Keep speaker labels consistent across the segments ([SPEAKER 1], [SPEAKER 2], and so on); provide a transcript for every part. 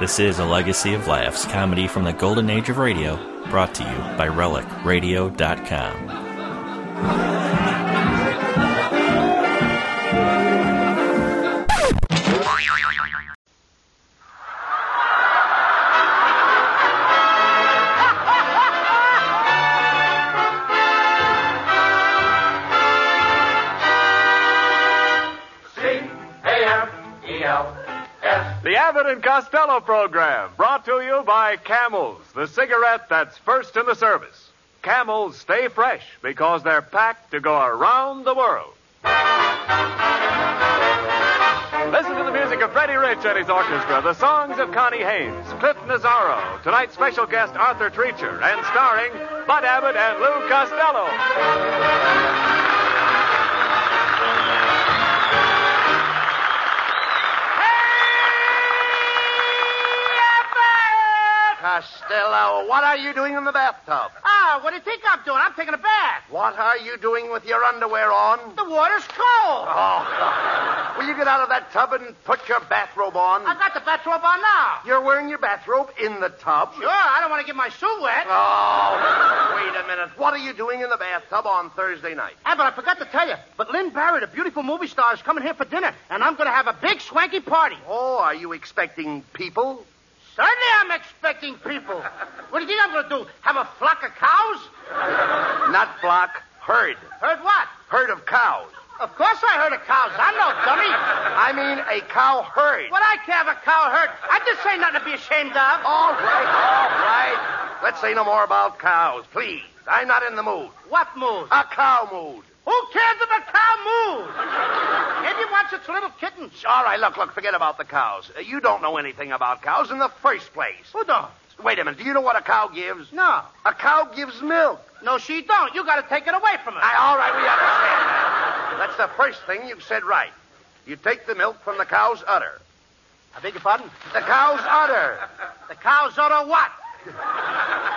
[SPEAKER 1] This is a legacy of laughs, comedy from the golden age of radio, brought to you by RelicRadio.com.
[SPEAKER 2] C-A-M-E-L-S.
[SPEAKER 3] The Abbott and Costello program, brought to you by Camels, the cigarette that's first in the service. Camels stay fresh because they're packed to go around the world. Listen to the music of Freddie Rich and his orchestra, the songs of Connie Haynes, Cliff Nazaro, tonight's special guest Arthur Treacher, and starring Bud Abbott and Lou Costello.
[SPEAKER 4] Costello, what are you doing in the bathtub?
[SPEAKER 5] Ah, what do you think I'm doing? I'm taking a bath.
[SPEAKER 4] What are you doing with your underwear on?
[SPEAKER 5] The water's cold.
[SPEAKER 4] Oh, will you get out of that tub and put your bathrobe on?
[SPEAKER 5] I got the bathrobe on now.
[SPEAKER 4] You're wearing your bathrobe in the tub?
[SPEAKER 5] Sure, I don't want to get my shoe wet.
[SPEAKER 4] Oh, wait a minute. What are you doing in the bathtub on Thursday night?
[SPEAKER 5] Ah, but I forgot to tell you. But Lynn Barry, the beautiful movie star, is coming here for dinner, and I'm going to have a big swanky party.
[SPEAKER 4] Oh, are you expecting people?
[SPEAKER 5] Certainly, I'm expecting people. What do you think I'm going to do? Have a flock of cows?
[SPEAKER 4] Not block, herd.
[SPEAKER 5] Heard what?
[SPEAKER 4] Herd of cows.
[SPEAKER 5] Of course, I heard of cows. I'm no dummy.
[SPEAKER 4] I mean a cow herd.
[SPEAKER 5] What I can have a cow herd. I just say nothing to be ashamed of.
[SPEAKER 4] All right, all right. Let's say no more about cows, please. I'm not in the mood.
[SPEAKER 5] What mood?
[SPEAKER 4] A cow mood.
[SPEAKER 5] Who cares if a cow moves? Maybe it wants its little kittens.
[SPEAKER 4] All right, look, look, forget about the cows. Uh, You don't know anything about cows in the first place.
[SPEAKER 5] Who don't?
[SPEAKER 4] Wait a minute. Do you know what a cow gives?
[SPEAKER 5] No.
[SPEAKER 4] A cow gives milk.
[SPEAKER 5] No, she don't. You gotta take it away from her.
[SPEAKER 4] I, all right, we understand that. That's the first thing you've said right. You take the milk from the cow's udder.
[SPEAKER 5] I beg your pardon?
[SPEAKER 4] The cow's udder.
[SPEAKER 5] The cow's order what?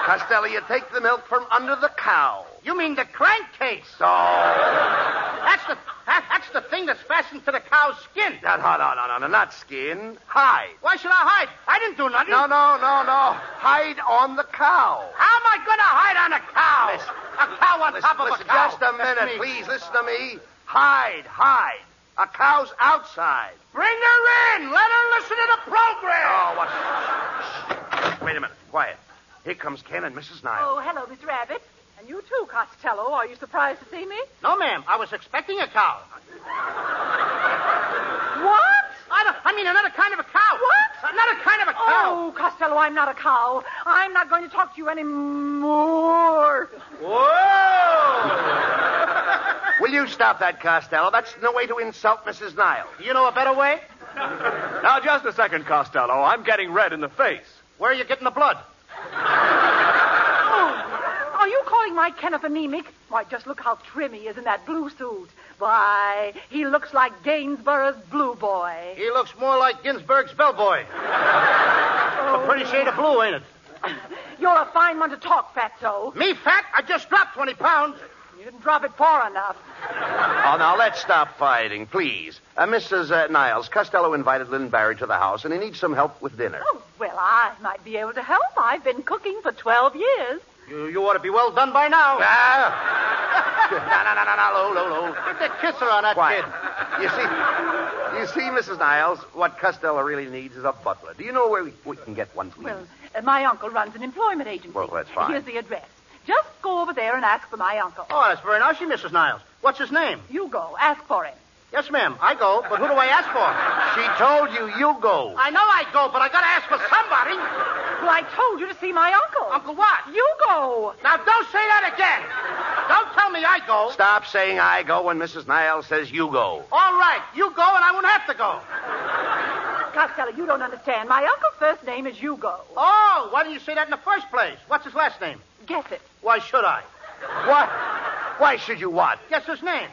[SPEAKER 4] Costello, you take the milk from under the cow.
[SPEAKER 5] You mean the crankcase.
[SPEAKER 4] So. No,
[SPEAKER 5] That's the that, that's the thing that's fastened to the cow's skin.
[SPEAKER 4] no, no, no, no, no, not skin. Hide.
[SPEAKER 5] Why should I hide? I didn't do nothing.
[SPEAKER 4] No, no, no, no. Hide on the cow.
[SPEAKER 5] How am I gonna hide on a cow?
[SPEAKER 4] Listen.
[SPEAKER 5] a cow on
[SPEAKER 4] Listen,
[SPEAKER 5] top of
[SPEAKER 4] listen,
[SPEAKER 5] a cow.
[SPEAKER 4] Just a
[SPEAKER 5] That's
[SPEAKER 4] minute,
[SPEAKER 5] me.
[SPEAKER 4] please. Listen to me. Hide, hide. A cow's outside.
[SPEAKER 5] Bring her in. Let her listen to the program.
[SPEAKER 4] Oh, what? Shh. Wait a minute. Quiet. Here comes Ken and Mrs. Nile.
[SPEAKER 6] Oh, hello, Miss Rabbit. And you too, Costello. Are you surprised to see me?
[SPEAKER 5] No, ma'am. I was expecting a cow.
[SPEAKER 6] What?
[SPEAKER 5] I, don't, I mean another kind of a cow.
[SPEAKER 6] What?
[SPEAKER 5] Another kind of a cow.
[SPEAKER 6] Oh, Costello, I'm not a cow. I'm not going to talk to you anymore.
[SPEAKER 4] Will you stop that, Costello? That's no way to insult Mrs. Nile.
[SPEAKER 5] Do You know a better way?
[SPEAKER 3] Now, just a second, Costello. I'm getting red in the face.
[SPEAKER 5] Where are you getting the blood?
[SPEAKER 6] Oh, are you calling my Kenneth anemic? Why, just look how trim he is in that blue suit. Why, he looks like Gainsborough's blue boy.
[SPEAKER 5] He looks more like Ginsburg's bellboy. a pretty shade of blue, ain't it?
[SPEAKER 6] You're a fine one to talk, Fatso.
[SPEAKER 5] Me fat? I just dropped 20 pounds.
[SPEAKER 6] You didn't drop it far enough.
[SPEAKER 4] Oh, now let's stop fighting, please. Uh, Mrs. Uh, Niles, Costello invited Lynn Barry to the house, and he needs some help with dinner.
[SPEAKER 6] Oh, well, I might be able to help. I've been cooking for 12 years.
[SPEAKER 5] You, you ought to be well done by now.
[SPEAKER 4] Ah! no, no, no, no, no, low, low, low.
[SPEAKER 5] Get the kisser on that
[SPEAKER 4] Quiet.
[SPEAKER 5] kid.
[SPEAKER 4] You see, you see, Mrs. Niles, what Costello really needs is a butler. Do you know where we, we can get one, please?
[SPEAKER 6] Well, uh, my uncle runs an employment agency.
[SPEAKER 4] Well, that's fine.
[SPEAKER 6] Here's the address. Just go over there and ask for my uncle.
[SPEAKER 5] Oh, that's very nice, of you, Mrs. Niles. What's his name?
[SPEAKER 6] You go. Ask for him.
[SPEAKER 5] Yes, ma'am. I go, but who do I ask for?
[SPEAKER 4] she told you you go.
[SPEAKER 5] I know I go, but I gotta ask for somebody.
[SPEAKER 6] Well, I told you to see my uncle.
[SPEAKER 5] Uncle what?
[SPEAKER 6] You go.
[SPEAKER 5] Now, don't say that again. Don't tell me I go.
[SPEAKER 4] Stop saying I go when Mrs. Niles says you go.
[SPEAKER 5] All right, you go, and I won't have to go.
[SPEAKER 6] Costello, you don't understand. My uncle's first name is Hugo.
[SPEAKER 5] Oh, why didn't you say that in the first place? What's his last name?
[SPEAKER 6] Guess it.
[SPEAKER 5] Why should I?
[SPEAKER 4] What? Why should you what?
[SPEAKER 5] Guess his name.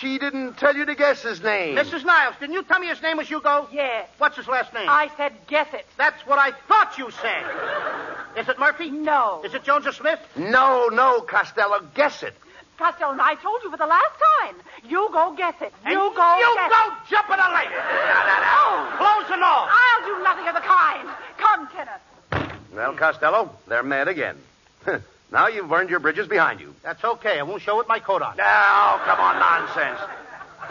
[SPEAKER 4] She didn't tell you to guess his name.
[SPEAKER 5] Mrs. Niles, didn't you tell me his name was Hugo?
[SPEAKER 6] Yes.
[SPEAKER 5] What's his last name?
[SPEAKER 6] I said guess it.
[SPEAKER 5] That's what I thought you said. Is it Murphy?
[SPEAKER 6] No.
[SPEAKER 5] Is it Jones or Smith?
[SPEAKER 4] No, no, Costello, guess it.
[SPEAKER 6] Costello, and I told you for the last time. You go guess it. You
[SPEAKER 5] And
[SPEAKER 6] go
[SPEAKER 5] You
[SPEAKER 6] guess
[SPEAKER 5] go
[SPEAKER 6] it.
[SPEAKER 5] jumping a lady. Clothes and all.
[SPEAKER 6] I'll do nothing of the kind. Come,
[SPEAKER 4] Well, Costello, they're mad again. now you've burned your bridges behind you.
[SPEAKER 5] That's okay. I won't show with my coat on.
[SPEAKER 4] Now, come on, nonsense.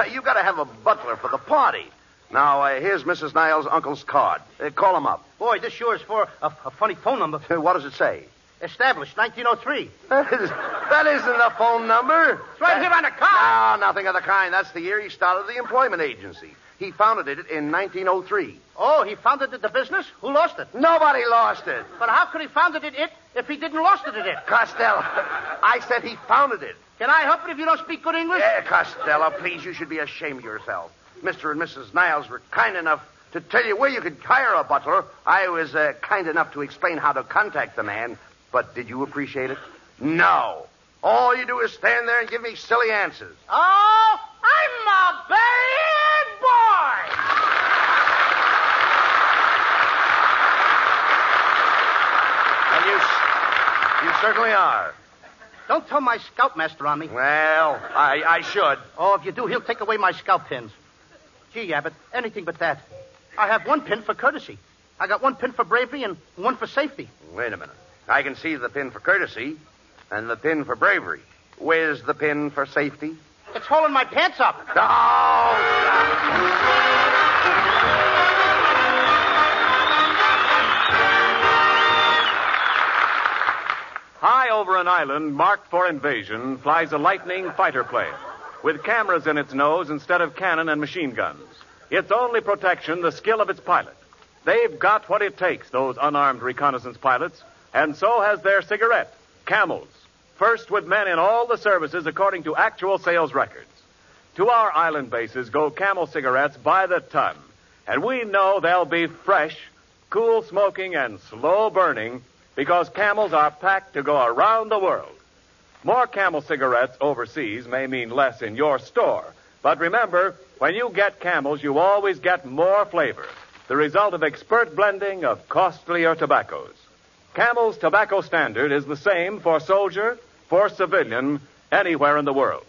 [SPEAKER 4] You got to have a butler for the party. Now, uh, here's Mrs. Niles' uncle's card. Uh, call him up.
[SPEAKER 5] Boy, this sure is for a, a funny phone number.
[SPEAKER 4] What does it say?
[SPEAKER 5] Established 1903.
[SPEAKER 4] That, is, that isn't a phone number.
[SPEAKER 5] It's right here on the card.
[SPEAKER 4] No, nothing of the kind. That's the year he started the employment agency. He founded it in 1903.
[SPEAKER 5] Oh, he founded the business? Who lost it?
[SPEAKER 4] Nobody lost it.
[SPEAKER 5] But how could he founded it, it if he didn't lost it, it? it?
[SPEAKER 4] Costello, I said he founded it.
[SPEAKER 5] Can I help it if you don't speak good English?
[SPEAKER 4] Eh, Costello, please, you should be ashamed of yourself. Mr. and Mrs. Niles were kind enough to tell you where you could hire a butler. I was uh, kind enough to explain how to contact the man, but did you appreciate it? No. All you do is stand there and give me silly answers.
[SPEAKER 5] Oh, I'm a bad boy.
[SPEAKER 4] And you, s- you certainly are.
[SPEAKER 5] Don't tell my scoutmaster on me.
[SPEAKER 4] Well, I, I should.
[SPEAKER 5] Oh, if you do, he'll take away my scalp pins. Gee, Abbott, anything but that. I have one pin for courtesy. I got one pin for bravery and one for safety.
[SPEAKER 4] Wait a minute. I can see the pin for courtesy and the pin for bravery. Where's the pin for safety?
[SPEAKER 5] It's holding my pants up.
[SPEAKER 4] Oh!
[SPEAKER 3] High over an island marked for invasion flies a lightning fighter plane with cameras in its nose instead of cannon and machine guns. Its only protection, the skill of its pilot. They've got what it takes, those unarmed reconnaissance pilots, and so has their cigarette, Camels. First with men in all the services according to actual sales records. To our island bases go Camel cigarettes by the ton, and we know they'll be fresh, cool smoking, and slow burning because Camels are packed to go around the world. More Camel cigarettes overseas may mean less in your store, but remember, when you get Camels, you always get more flavor, the result of expert blending of costlier tobaccos. Camel's tobacco standard is the same for soldier, for civilian, anywhere in the world.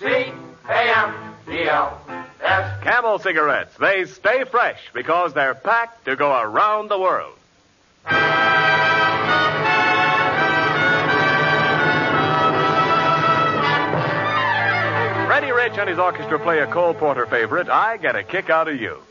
[SPEAKER 3] Camel cigarettes. They stay fresh because they're packed to go around the world. Freddie Rich and his orchestra play a Cole Porter favorite, I Get a Kick Out of You.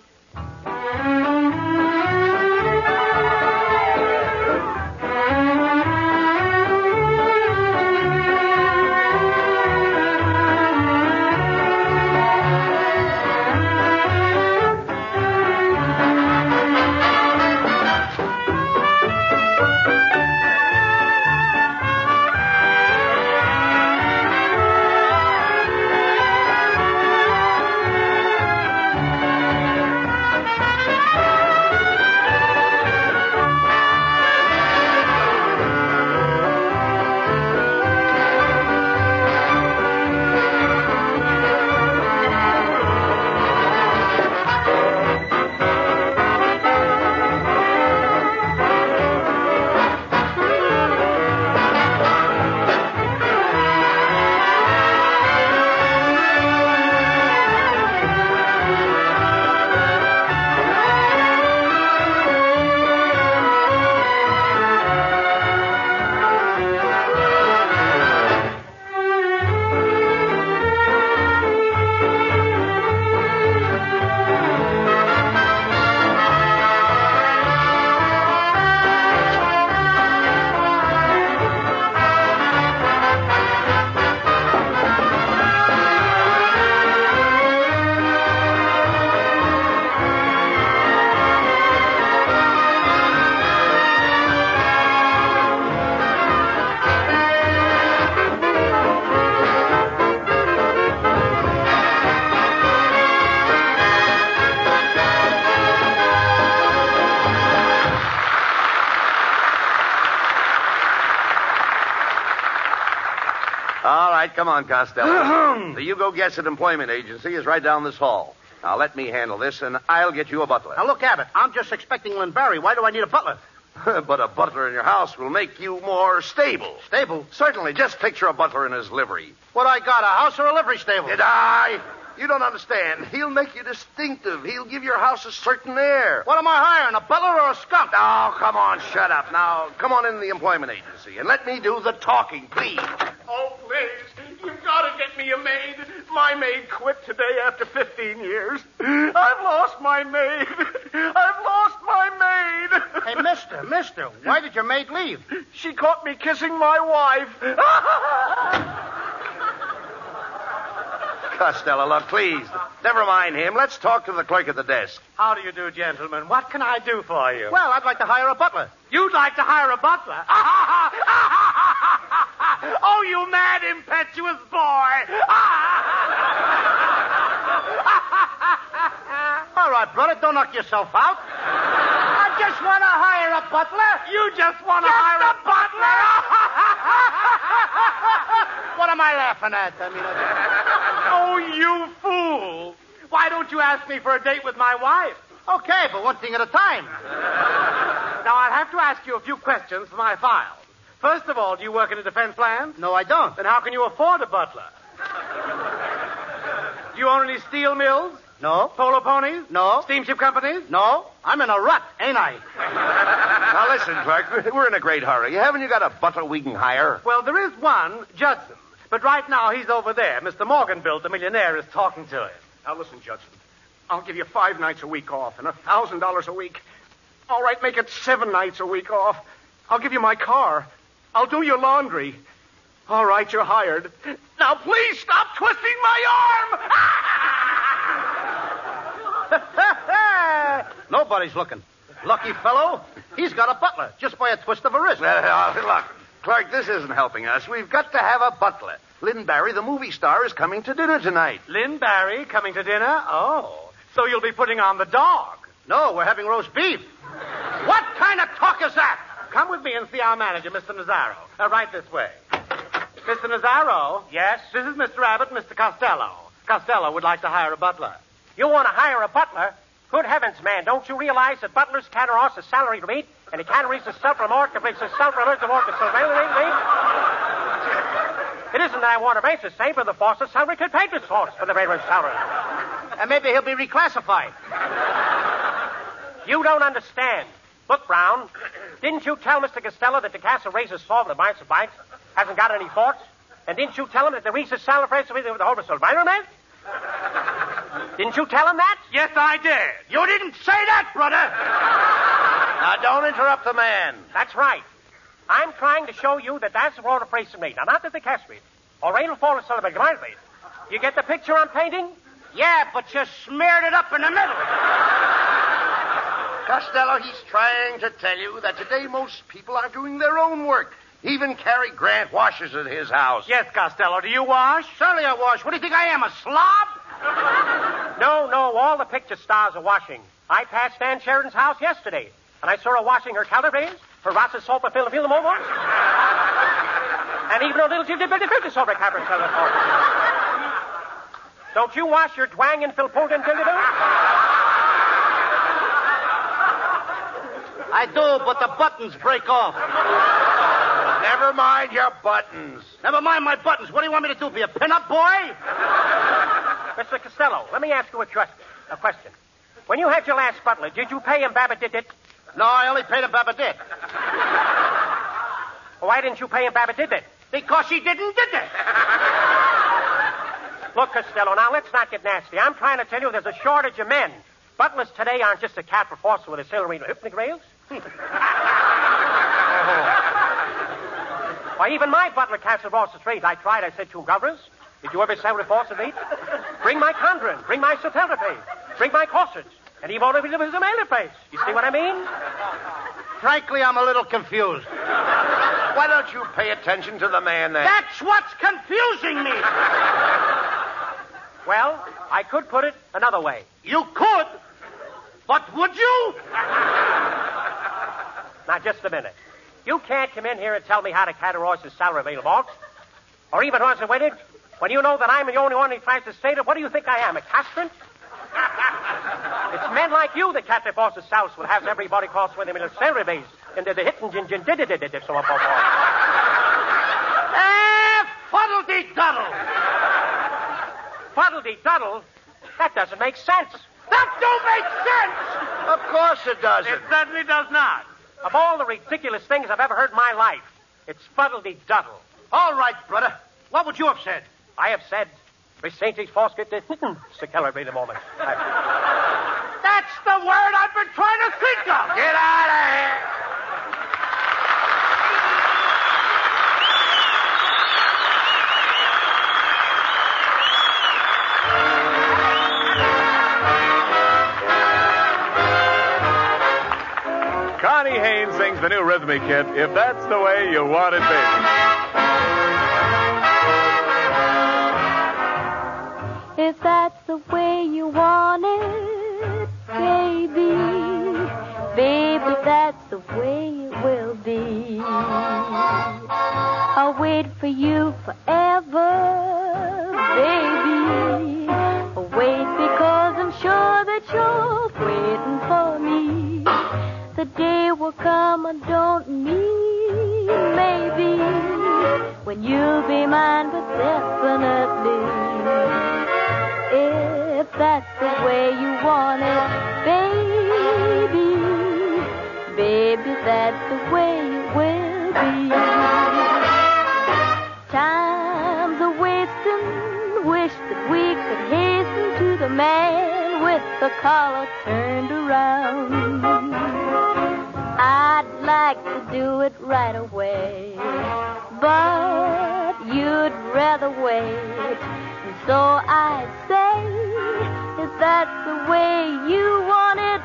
[SPEAKER 4] All right, come on, Costello. the You Go Gets It Employment Agency is right down this hall. Now, let me handle this, and I'll get you a butler.
[SPEAKER 5] Now, look, Abbott, I'm just expecting Lynn Barry. Why do I need a butler?
[SPEAKER 4] but a butler in your house will make you more stable.
[SPEAKER 5] Stable?
[SPEAKER 4] Certainly, just picture a butler in his livery.
[SPEAKER 5] What I got, a house or a livery stable?
[SPEAKER 4] Did I? You don't understand. He'll make you distinctive. He'll give your house a certain air.
[SPEAKER 5] What am I hiring, a butler or a skunk?
[SPEAKER 4] Now, come on, shut up. Now, come on in the employment agency and let me do the talking, please.
[SPEAKER 2] Oh, please, you've got to get me a maid. My maid quit today after 15 years. I've lost my maid. I've lost my maid.
[SPEAKER 5] Hey, mister, mister, why did your maid leave?
[SPEAKER 2] She caught me kissing my wife.
[SPEAKER 4] Costello, look, please. Never mind him. Let's talk to the clerk at the desk.
[SPEAKER 7] How do you do, gentlemen? What can I do for you?
[SPEAKER 5] Well, I'd like to hire a butler.
[SPEAKER 7] You'd like to hire a butler? oh, you mad, impetuous boy!
[SPEAKER 5] All right, brother, don't knock yourself out. I just want to hire a butler.
[SPEAKER 7] you just want to
[SPEAKER 5] Just
[SPEAKER 7] hire
[SPEAKER 5] a
[SPEAKER 7] a butler?
[SPEAKER 5] What am I laughing at? I mean, I...
[SPEAKER 7] oh, you fool! Why don't you ask me for a date with my wife?
[SPEAKER 5] okay, but one thing at a time.
[SPEAKER 7] Now, I'll have to ask you a few questions for my file. First of all, do you work in a defense land?
[SPEAKER 5] No, I don't.
[SPEAKER 7] Then how can you afford a butler? Do you own any steel mills?
[SPEAKER 5] No,
[SPEAKER 7] Polo ponies?
[SPEAKER 5] No.
[SPEAKER 7] Steamship companies?
[SPEAKER 5] no, I'm in a rut, ain't I?
[SPEAKER 4] Now, listen, clerk. We're in a great hurry. Haven't you got a butler we can hire?
[SPEAKER 7] Well, there is one, Judson. But right now, he's over there. Mr. Morganbilt, the millionaire, is talking to him.
[SPEAKER 2] Now listen, Judson. I'll give you five nights a week off and a thousand dollars a week. All right, make it seven nights a week off. I'll give you my car. I'll do your laundry. All right, you're hired. Now please stop twisting my arm.
[SPEAKER 5] Nobody's looking. Lucky fellow, he's got a butler just by a twist of a wrist.
[SPEAKER 4] Uh, look, clerk, this isn't helping us. We've got to have a butler. Lynn Barry, the movie star, is coming to dinner tonight.
[SPEAKER 7] Lynn Barry coming to dinner? Oh. So you'll be putting on the dog.
[SPEAKER 5] No, we're having roast beef.
[SPEAKER 7] What kind of talk is that? Come with me and see our manager, Mr. Nazaro. Uh, right this way. Mr. Nazaro? Yes? This is Mr. Abbott, Mr. Costello. Costello would like to hire a butler.
[SPEAKER 8] You want to hire a butler? Good heavens, man, don't you realize that butlers can't earn us a salary to meet, and they can't reach the self-remork if it's a self-remork to work It isn't that I want to make the same for the boss of salary could pay the source for the railroad salary.
[SPEAKER 5] And maybe he'll be reclassified.
[SPEAKER 8] You don't understand. Look, Brown, didn't you tell Mr. Costello that the Castle raises solve the bites of bites? Hasn't got any forts? And didn't you tell him that the Reese's salary raise with the whole of Survivor, man? Didn't you tell him that?
[SPEAKER 7] Yes, I did. You didn't say that, brother.
[SPEAKER 4] Now, don't interrupt the man.
[SPEAKER 8] That's right. I'm trying to show you that that's the road of praise to me. Now, not that they cast me, or rain will fall and celebrate mightily. You get the picture I'm painting?
[SPEAKER 5] Yeah, but you smeared it up in the middle.
[SPEAKER 4] Costello, he's trying to tell you that today most people are doing their own work. Even Cary Grant washes at his house.
[SPEAKER 7] Yes, Costello, do you wash?
[SPEAKER 5] Surely I wash. What do you think I am, a slob?
[SPEAKER 8] No, no, all the picture stars are washing. I passed Ann Sheridan's house yesterday, and I saw her washing her color rings, her Ross's soap, a fill, fill them over. and even a little Jimmy Billy Curtis over covered color Don't you wash your twang and filpoot and dildo?
[SPEAKER 5] I do, but the buttons break off.
[SPEAKER 4] Never mind your buttons.
[SPEAKER 5] Never mind my buttons. What do you want me to do? Be a pin-up boy?
[SPEAKER 8] Mr. Costello, let me ask you a, trust, a question. When you had your last butler, did you pay him Babbitt did it?
[SPEAKER 5] No, I only paid a Babadette.
[SPEAKER 8] Why didn't you pay him Babbitt did it?
[SPEAKER 5] Because she didn't did it.
[SPEAKER 8] Look, Costello, now let's not get nasty. I'm trying to tell you there's a shortage of men. Butlers today aren't just a cat for force with a celery and hypnic rails. Why, even my butler cast across the street. I tried, I said, two governors. Did you ever sell with force of meat? Bring my condren, bring my satellite bring my corsets. And he won't even give us a mailer face. You see what I mean?
[SPEAKER 5] Frankly, I'm a little confused.
[SPEAKER 4] Why don't you pay attention to the man then?
[SPEAKER 5] That's what's confusing me.
[SPEAKER 8] Well, I could put it another way.
[SPEAKER 5] You could, but would you?
[SPEAKER 8] Now, just a minute. You can't come in here and tell me how to categorize the salary of box, or even who hasn't waited, when you know that I'm the only one who tries to state it. What do you think I am, a castrant? it's men like you that cat the boss's house will have everybody cross with him in a salary base, and they're the hit and gin gin did it did it so above all.
[SPEAKER 5] Eh, fuddle-dee-duddle.
[SPEAKER 8] Fuddledy duddle? That doesn't make sense.
[SPEAKER 7] That don't make sense!
[SPEAKER 4] Of course it
[SPEAKER 7] It
[SPEAKER 4] doesn't.
[SPEAKER 7] certainly does not.
[SPEAKER 8] Of all the ridiculous things I've ever heard in my life, it's fuddledy duddle.
[SPEAKER 5] All right, brother. What would you have said?
[SPEAKER 8] I have said, Miss St. James Foskett, to celebrate a moment. I-
[SPEAKER 7] That's the word I've been trying to think of.
[SPEAKER 4] Get out of here!
[SPEAKER 3] Connie Haynes sings the new rhythmic hit, If That's the Way You Want It, Baby.
[SPEAKER 9] If that's the way you want it, baby, baby, that's the way it will be. I'll wait for you forever, baby. I'll wait because I'm sure that you're waiting for me. The day will come, I don't need maybe when you'll be mine, but definitely. If that's the way you want it, baby, baby, that's the way it will be. Time's a wasting, wish that we could hasten to the man with the collar turned around. I'd like to do it right away, but you'd rather wait. And so I say, if that's the way you want it,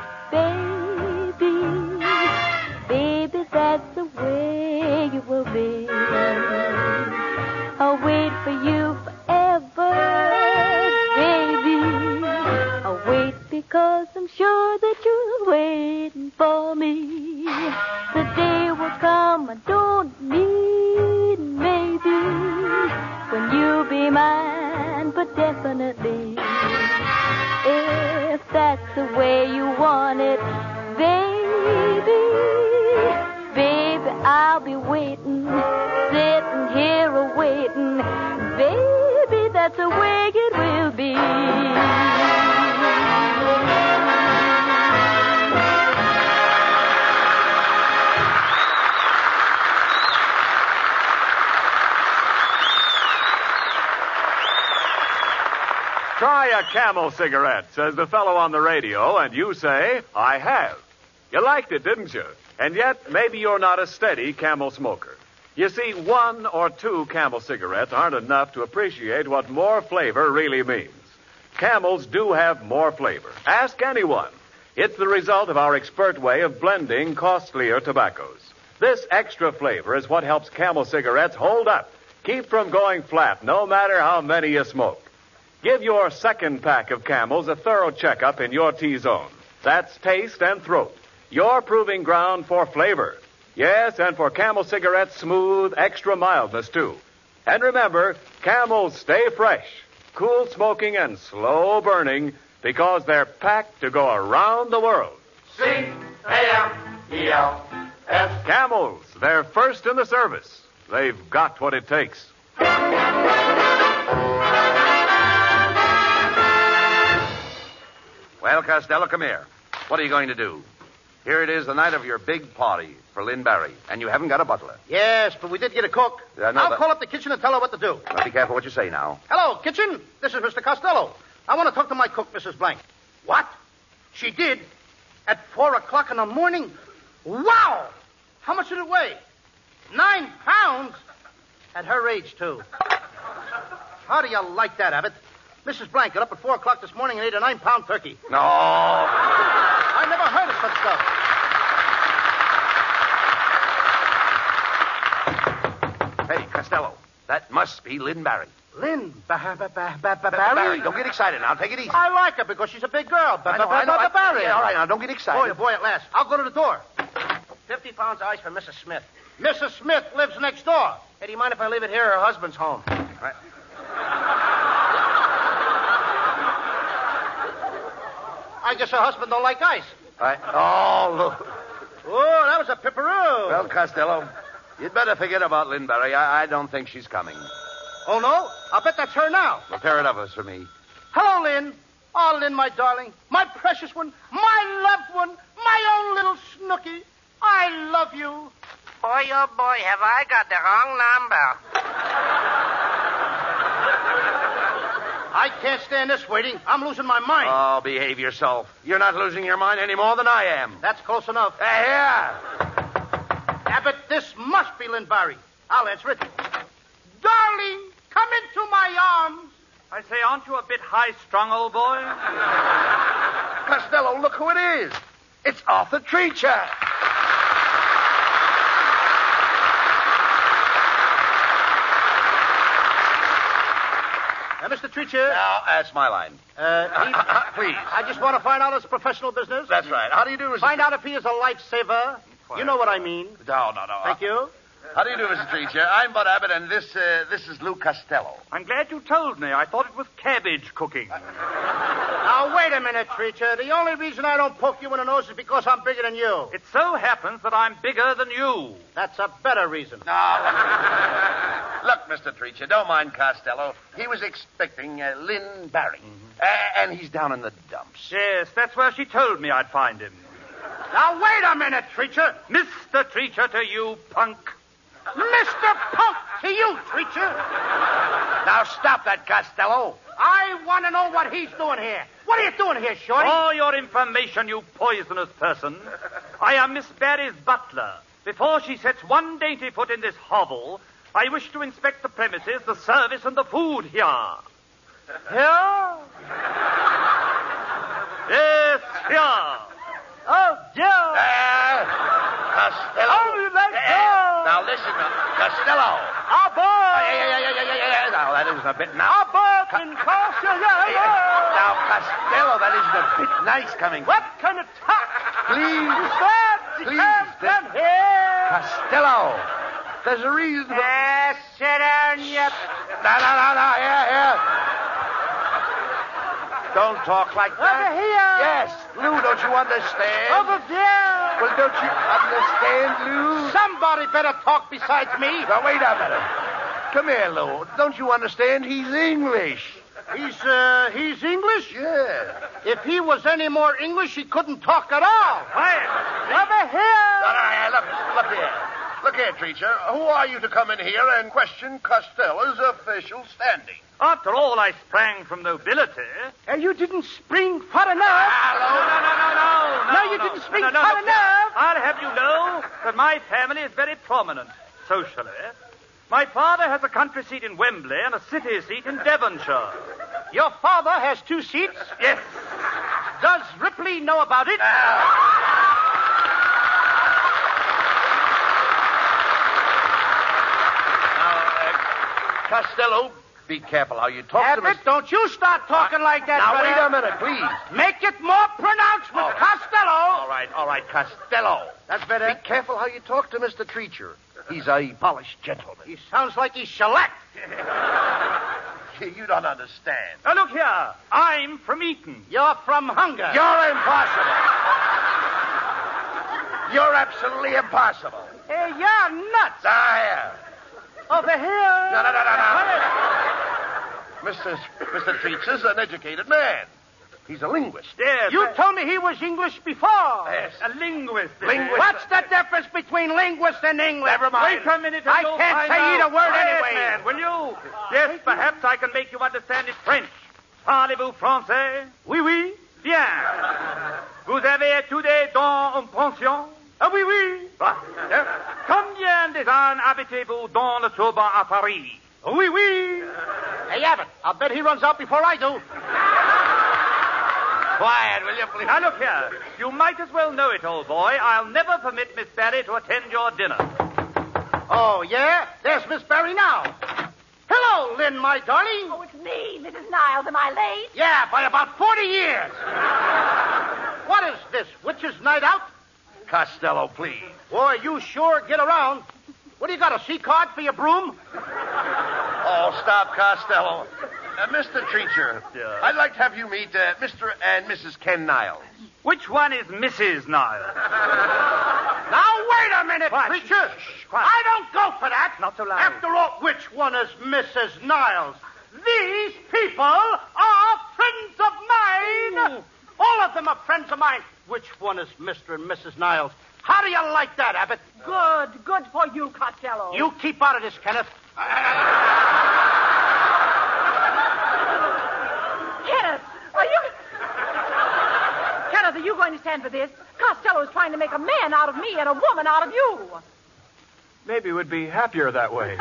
[SPEAKER 9] baby, baby, that's the way you will be. I'll wait for you forever, baby. I'll wait because I'm sure that you're waiting for me. The day will come, I don't need maybe when you'll be mine, but definitely. If that's the way you want it, baby, baby, I'll be waiting, sitting here awaiting. Baby, that's the way it will be.
[SPEAKER 3] Try a camel cigarette, says the fellow on the radio, and you say, I have. You liked it, didn't you? And yet, maybe you're not a steady camel smoker. You see, one or two camel cigarettes aren't enough to appreciate what more flavor really means. Camels do have more flavor. Ask anyone. It's the result of our expert way of blending costlier tobaccos. This extra flavor is what helps camel cigarettes hold up, keep from going flat, no matter how many you smoke. Give your second pack of camels a thorough checkup in your T zone. That's taste and throat. Your proving ground for flavor. Yes, and for camel cigarettes, smooth, extra mildness, too. And remember, camels stay fresh, cool smoking, and slow burning because they're packed to go around the world. C-A-M-E-L-S. Camels, they're first in the service. They've got what it takes.
[SPEAKER 4] Well, Costello, come here. What are you going to do? Here it is, the night of your big party for Lynn Barry, and you haven't got a butler.
[SPEAKER 5] Yes, but we did get a cook.
[SPEAKER 4] Yeah, I know
[SPEAKER 5] I'll
[SPEAKER 4] that-
[SPEAKER 5] call up the kitchen and tell her what to do.
[SPEAKER 4] Now, be careful what you say now.
[SPEAKER 5] Hello, kitchen. This is Mr. Costello. I want to talk to my cook, Mrs. Blank. What? She did? At four o'clock in the morning? Wow! How much did it weigh? Nine pounds? At her age, too. How do you like that, Abbott? Mrs. Blank got up at four o'clock this morning and ate a nine pound turkey.
[SPEAKER 4] No.
[SPEAKER 5] I never heard of such stuff.
[SPEAKER 4] Hey, Costello, that must be Lynn Barry.
[SPEAKER 5] Lynn ba- ba- ba- ba- ba-
[SPEAKER 4] Barry,
[SPEAKER 5] Barry?
[SPEAKER 4] don't get excited now. Take it easy.
[SPEAKER 5] I like her because she's a big girl. Ba-
[SPEAKER 4] I
[SPEAKER 5] ba-
[SPEAKER 4] know, I know,
[SPEAKER 5] ba-
[SPEAKER 4] I-
[SPEAKER 5] ba- Barry.
[SPEAKER 4] Yeah, all right, now, don't get
[SPEAKER 5] Boy,
[SPEAKER 4] excited.
[SPEAKER 5] oh boy, at last. I'll go to the door. 50 pounds ice for Mrs. Smith. Mrs. Smith lives next door. Hey, do you mind if I leave it here? Her husband's home. I guess her husband don't like ice.
[SPEAKER 4] I- oh, look.
[SPEAKER 5] Oh, that was a pipperoo.
[SPEAKER 4] Well, Costello, you'd better forget about Lynn Barry. I, I don't think she's coming.
[SPEAKER 5] oh, no? I'll bet that's her now.
[SPEAKER 4] A pair of us for me.
[SPEAKER 5] Hello, Lynn. Oh, Lynn, my darling. My precious one. My loved one. My own little snooky. I love you.
[SPEAKER 10] Boy, oh boy, have I got the wrong number.
[SPEAKER 5] I can't stand this waiting. I'm losing my mind.
[SPEAKER 4] Oh, behave yourself. You're not losing your mind any more than I am.
[SPEAKER 5] That's close enough.
[SPEAKER 4] Uh, yeah.
[SPEAKER 5] Abbott, this must be Lynn Barry. I'll answer it. Darling, come into my arms.
[SPEAKER 8] I say, aren't you a bit high strung, old boy?
[SPEAKER 4] Costello, look who it is. It's Arthur Treacher.
[SPEAKER 5] Now, Mr. Treacher.
[SPEAKER 4] Now, that's my line.
[SPEAKER 5] Uh, he-
[SPEAKER 4] Please.
[SPEAKER 5] I just want to find out his professional business.
[SPEAKER 4] That's right. How do you do, Mr.
[SPEAKER 5] Find out if he is a lifesaver. You know what I mean.
[SPEAKER 4] No, no, no.
[SPEAKER 5] Thank you.
[SPEAKER 4] How do you do, Mr. Treacher? I'm Bud Abbott, and this uh, this is Lou Costello.
[SPEAKER 8] I'm glad you told me. I thought it was cabbage cooking.
[SPEAKER 5] Now, wait a minute, Treacher. The only reason I don't poke you in the nose is because I'm bigger than you.
[SPEAKER 8] It so happens that I'm bigger than you.
[SPEAKER 5] That's a better reason.
[SPEAKER 4] Now, look, Mr. Treacher, don't mind Costello. He was expecting uh, Lynn Barry, uh, and he's down in the dumps.
[SPEAKER 8] Yes, that's where she told me I'd find him.
[SPEAKER 5] Now, wait a minute, Treacher.
[SPEAKER 8] Mr. Treacher to you, punk.
[SPEAKER 5] Mr. Punk to you, Treacher.
[SPEAKER 4] Now, stop that, Costello.
[SPEAKER 5] I want to know what he's doing here. What are you doing here, Shorty?
[SPEAKER 8] For your information, you poisonous person, I am Miss Barry's butler. Before she sets one dainty foot in this hovel, I wish to inspect the premises, the service, and the food here. Here? Yes, here. Oh,
[SPEAKER 4] Uh,
[SPEAKER 8] dear.
[SPEAKER 4] Costello.
[SPEAKER 8] Oh, you like
[SPEAKER 4] Uh,
[SPEAKER 8] that?
[SPEAKER 4] now, listen, uh, Costello.
[SPEAKER 8] Our
[SPEAKER 4] Uh,
[SPEAKER 8] boy.
[SPEAKER 4] yeah, yeah, yeah, yeah, yeah, yeah, yeah. Now, that isn't a bit now.
[SPEAKER 8] Our boy can cost you, yeah,
[SPEAKER 4] Hey,
[SPEAKER 8] yeah.
[SPEAKER 4] Now, Costello, that isn't a bit nice coming.
[SPEAKER 8] What kind of talk?
[SPEAKER 4] Please,
[SPEAKER 8] That
[SPEAKER 4] Please,
[SPEAKER 8] can't
[SPEAKER 4] that-
[SPEAKER 8] stand here.
[SPEAKER 4] Costello. There's a reason. for-
[SPEAKER 8] Yes, sit down, you
[SPEAKER 4] No, no, no, no. Here, here. Don't talk like that.
[SPEAKER 8] Over here.
[SPEAKER 4] Yes. Lou, don't you understand?
[SPEAKER 8] Over there.
[SPEAKER 4] Well, don't you understand, Lou?
[SPEAKER 5] Somebody better talk besides me.
[SPEAKER 4] Now, wait a minute. Come here, Lou. Don't you understand? He's English.
[SPEAKER 5] He's, uh, he's English?
[SPEAKER 4] Yeah.
[SPEAKER 5] If he was any more English, he couldn't talk at all. Over
[SPEAKER 4] No,
[SPEAKER 5] here.
[SPEAKER 4] no, yeah, look, look here. Look here, Treacher. Who are you to come in here and question Costello's official standing?
[SPEAKER 8] After all, I sprang from nobility.
[SPEAKER 5] And you didn't spring far enough.
[SPEAKER 8] Ah, no, no, no, no, no.
[SPEAKER 5] No, you didn't speak
[SPEAKER 8] no, no,
[SPEAKER 5] high
[SPEAKER 8] no.
[SPEAKER 5] enough.
[SPEAKER 8] I'll have you know that my family is very prominent socially. My father has a country seat in Wembley and a city seat in Devonshire.
[SPEAKER 5] Your father has two seats.
[SPEAKER 8] Yes.
[SPEAKER 5] Does Ripley know about it?
[SPEAKER 4] Costello, be careful how you talk to
[SPEAKER 5] Abbott,
[SPEAKER 4] Mr.
[SPEAKER 5] don't you start talking
[SPEAKER 8] Uh,
[SPEAKER 5] like that,
[SPEAKER 4] Now,
[SPEAKER 5] brother.
[SPEAKER 4] wait a minute, please.
[SPEAKER 5] Make it more pronounced with
[SPEAKER 4] Oh.
[SPEAKER 5] Costello.
[SPEAKER 4] All right, all right, Costello.
[SPEAKER 5] That's better.
[SPEAKER 4] Be careful how you talk to Mr. Treacher. He's a polished gentleman.
[SPEAKER 5] He sounds like he's shellacked.
[SPEAKER 4] You don't understand.
[SPEAKER 8] Now, look here. I'm from Eton.
[SPEAKER 5] You're from hunger.
[SPEAKER 4] You're impossible. You're absolutely impossible.
[SPEAKER 5] Hey, you're nuts.
[SPEAKER 4] Liar.
[SPEAKER 5] Over here.
[SPEAKER 4] No, no, no, no, no. Mr. Mr. Treacher's an educated man. He's a linguist.
[SPEAKER 8] Yes.
[SPEAKER 5] You told me he was English before.
[SPEAKER 4] Yes.
[SPEAKER 8] a linguist. is
[SPEAKER 4] Linguist.
[SPEAKER 8] it?
[SPEAKER 5] What's the difference between linguist and English?
[SPEAKER 4] Never mind.
[SPEAKER 8] Wait a minute. and
[SPEAKER 5] I
[SPEAKER 8] you'll
[SPEAKER 5] can't
[SPEAKER 8] find
[SPEAKER 5] say
[SPEAKER 8] out.
[SPEAKER 5] either word
[SPEAKER 8] Quiet,
[SPEAKER 5] anyway.
[SPEAKER 8] Man, will you? Yes, perhaps I can make you understand in French. Parlez-vous français?
[SPEAKER 5] Oui, oui.
[SPEAKER 8] Bien. Vous avez étudié dans une pension? Ah oui, oui. Ah, hein? Combien des ans habitez-vous dans le Souban à Paris?
[SPEAKER 5] Oui, oui. Hey, Abbott, I'll bet he runs out before I do.
[SPEAKER 4] Quiet, will you please?
[SPEAKER 8] Now look here. You might as well know it, old boy. I'll never permit Miss Barry to attend your dinner.
[SPEAKER 5] Oh, yeah? There's Miss Barry now. Hello, Lynn, my darling.
[SPEAKER 6] Oh, it's me, Mrs. Niles. Am I late?
[SPEAKER 5] Yeah, by about 40 years. what is this, witch's night out?
[SPEAKER 4] Costello, please.
[SPEAKER 5] Boy, you sure get around. What do you got, a C card for your broom?
[SPEAKER 4] Oh, stop, Costello. Uh, Mr. Treacher,
[SPEAKER 8] Yeah.
[SPEAKER 4] I'd like to have you meet uh, Mr. and Mrs. Ken Niles.
[SPEAKER 8] Which one is Mrs. Niles?
[SPEAKER 5] Now, wait a minute,
[SPEAKER 8] Quiet.
[SPEAKER 5] preacher.
[SPEAKER 8] quiet.
[SPEAKER 5] I don't go for that.
[SPEAKER 8] Not so loud.
[SPEAKER 5] After all, which one is Mrs. Niles? These people are Ooh, all of them are friends of mine. Which one is Mr. and Mrs. Niles? How do you like that, Abbott?
[SPEAKER 6] Good, good for you, Costello.
[SPEAKER 5] You keep out of this, Kenneth.
[SPEAKER 6] Kenneth, are you. Kenneth, are you going to stand for this? Costello is trying to make a man out of me and a woman out of you.
[SPEAKER 3] Maybe we'd be happier that way.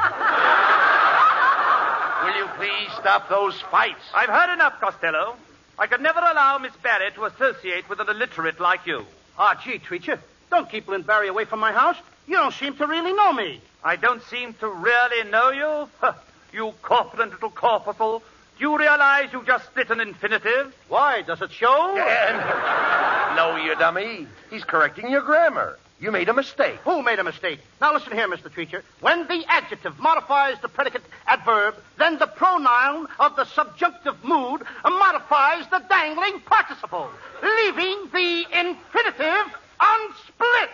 [SPEAKER 4] Will you please stop those fights?
[SPEAKER 7] I've heard enough, Costello. I could never allow Miss Barry to associate with an illiterate like you.
[SPEAKER 5] Ah, gee, Treacher, don't keep Lynn Barry away from my house. You don't seem to really know me.
[SPEAKER 7] I don't seem to really know you. Huh, You corpulent little corpuscle. Do you realize you just split an infinitive?
[SPEAKER 5] Why, does it show?
[SPEAKER 4] And- no, you dummy. He's correcting your grammar. You made a mistake.
[SPEAKER 5] Who made a mistake? Now listen here, Mr. Treacher. When the adjective modifies the predicate adverb, then the pronoun of the subjunctive mood modifies the dangling participle, leaving the infinitive unsplit.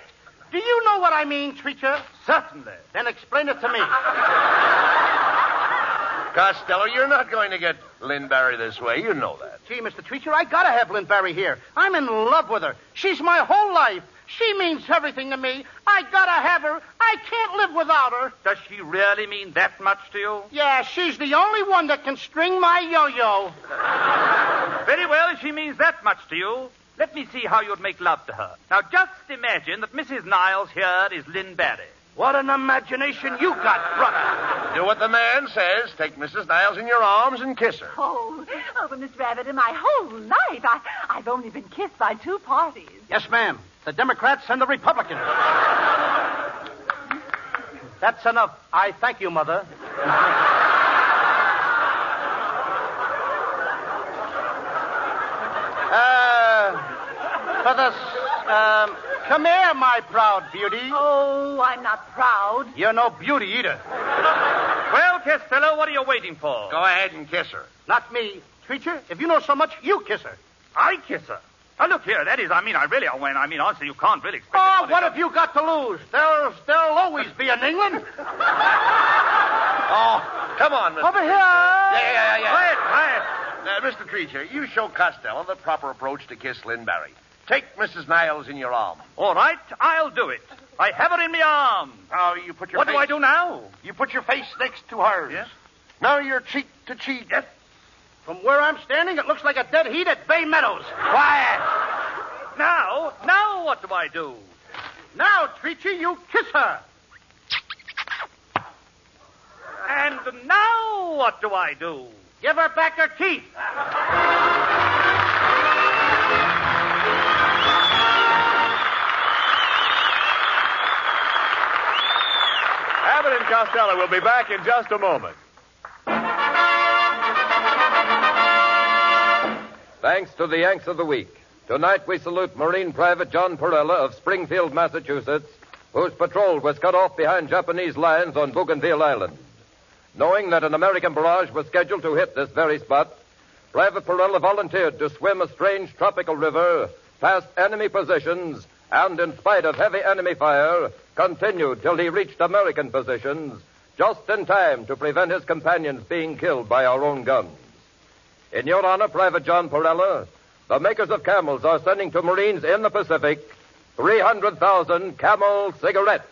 [SPEAKER 5] Do you know what I mean, Treacher?
[SPEAKER 7] Certainly.
[SPEAKER 5] Then explain it to me.
[SPEAKER 4] Costello, you're not going to get Lynn Barry this way. You know that.
[SPEAKER 5] Gee, Mr. Treacher, I gotta have Lynn Barry here. I'm in love with her. She's my whole life. She means everything to me. I gotta have her. I can't live without her.
[SPEAKER 7] Does she really mean that much to you?
[SPEAKER 5] Yeah, she's the only one that can string my yo-yo.
[SPEAKER 7] Very well, if she means that much to you, let me see how you'd make love to her. Now, just imagine that Mrs. Niles here is Lynn Barry.
[SPEAKER 5] What an imagination you got, brother.
[SPEAKER 4] Do what the man says. Take Mrs. Niles in your arms and kiss her.
[SPEAKER 6] Oh, oh, but Miss Rabbit, in my whole life, I, I've only been kissed by two parties.
[SPEAKER 5] Yes, ma'am. The Democrats and the Republicans. That's enough. I thank you, Mother. uh, for this, um, come here, my proud beauty.
[SPEAKER 6] Oh, I'm not proud.
[SPEAKER 5] You're no beauty either.
[SPEAKER 7] Well, Costello, what are you waiting for?
[SPEAKER 4] Go ahead and kiss her.
[SPEAKER 5] Not me. Treacher, if you know so much, you kiss her.
[SPEAKER 7] I kiss her. Now, look here, that is, I mean, I really, I mean, I mean, honestly, you can't really expect
[SPEAKER 5] Oh,
[SPEAKER 7] anybody
[SPEAKER 5] what
[SPEAKER 7] to-
[SPEAKER 5] have you got to lose? There's, there'll always be an England.
[SPEAKER 4] Oh, come on, Mr.
[SPEAKER 5] Over here.
[SPEAKER 4] Yeah, yeah, yeah, yeah.
[SPEAKER 7] Quiet, quiet.
[SPEAKER 4] Uh, Mr. Treacher, you show Costello the proper approach to kiss Lynn Barry. Take Mrs. Niles in your arm.
[SPEAKER 7] All right, I'll do it. I have her in my arms.
[SPEAKER 4] Oh, you put your
[SPEAKER 7] what
[SPEAKER 4] face...
[SPEAKER 7] do I do now?
[SPEAKER 4] You put your face next to hers.
[SPEAKER 7] Yes.
[SPEAKER 4] Now you're cheek to cheek. Yes.
[SPEAKER 5] From where I'm standing, it looks like a dead heat at Bay Meadows. Quiet.
[SPEAKER 7] Now, now what do I do?
[SPEAKER 5] Now, Treacher, you kiss her.
[SPEAKER 7] And now what do I do?
[SPEAKER 5] Give her back her teeth.
[SPEAKER 3] Abbott and Costello will be back in just a moment.
[SPEAKER 11] Thanks to the Yanks of the Week. Tonight we salute Marine Private John Perella of Springfield, Massachusetts, whose patrol was cut off behind Japanese lines on Bougainville Island. Knowing that an American barrage was scheduled to hit this very spot, Private Perella volunteered to swim a strange tropical river past enemy positions and, in spite of heavy enemy fire, continued till he reached American positions just in time to prevent his companions being killed by our own guns. In your honor, Private John Perella, the makers of camels are sending to Marines in the Pacific 300,000 camel cigarettes.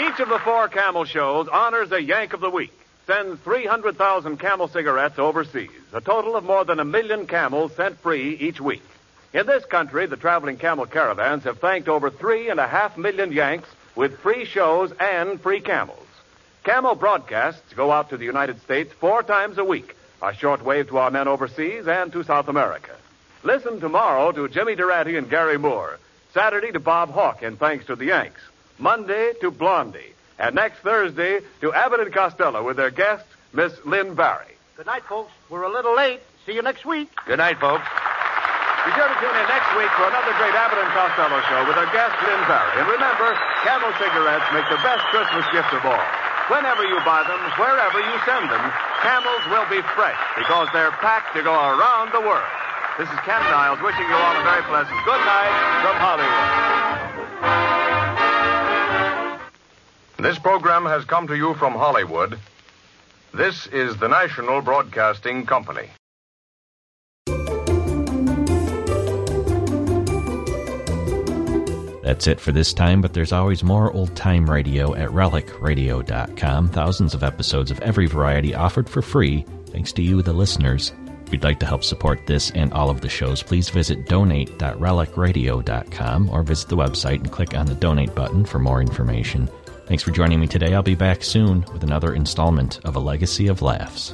[SPEAKER 3] Each of the four camel shows honors a Yank of the Week, sends 300,000 camel cigarettes overseas, a total of more than a million camels sent free each week. In this country, the traveling camel caravans have thanked over three and a half million Yanks with free shows and free camels. Camel broadcasts go out to the United States four times a week, a short wave to our men overseas and to South America. Listen tomorrow to Jimmy Durante and Gary Moore. Saturday to Bob Hawk and Thanks to the Yanks. Monday to Blondie. And next Thursday to Abbott and Costello with their guest, Miss Lynn Barry.
[SPEAKER 5] Good night, folks. We're a little late. See you next week.
[SPEAKER 4] Good night, folks.
[SPEAKER 3] Be sure to tune in next week for another great Abbott and Costello show with our guest, Lynn Barry. And remember, Camel cigarettes make the best Christmas gift of all. Whenever you buy them, wherever you send them, Camels will be fresh because they're packed to go around the world. This is Ken Niles wishing you all a very pleasant good night from Hollywood.
[SPEAKER 12] This program has come to you from Hollywood This is the National Broadcasting Company.
[SPEAKER 1] That's it for this time, but there's always more old time radio at relicradio.com. Thousands of episodes of every variety offered for free, thanks to you, the listeners. If you'd like to help support this and all of the shows, please visit donate.relicradio.com or visit the website and click on the donate button for more information. Thanks for joining me today. I'll be back soon with another installment of A Legacy of Laughs.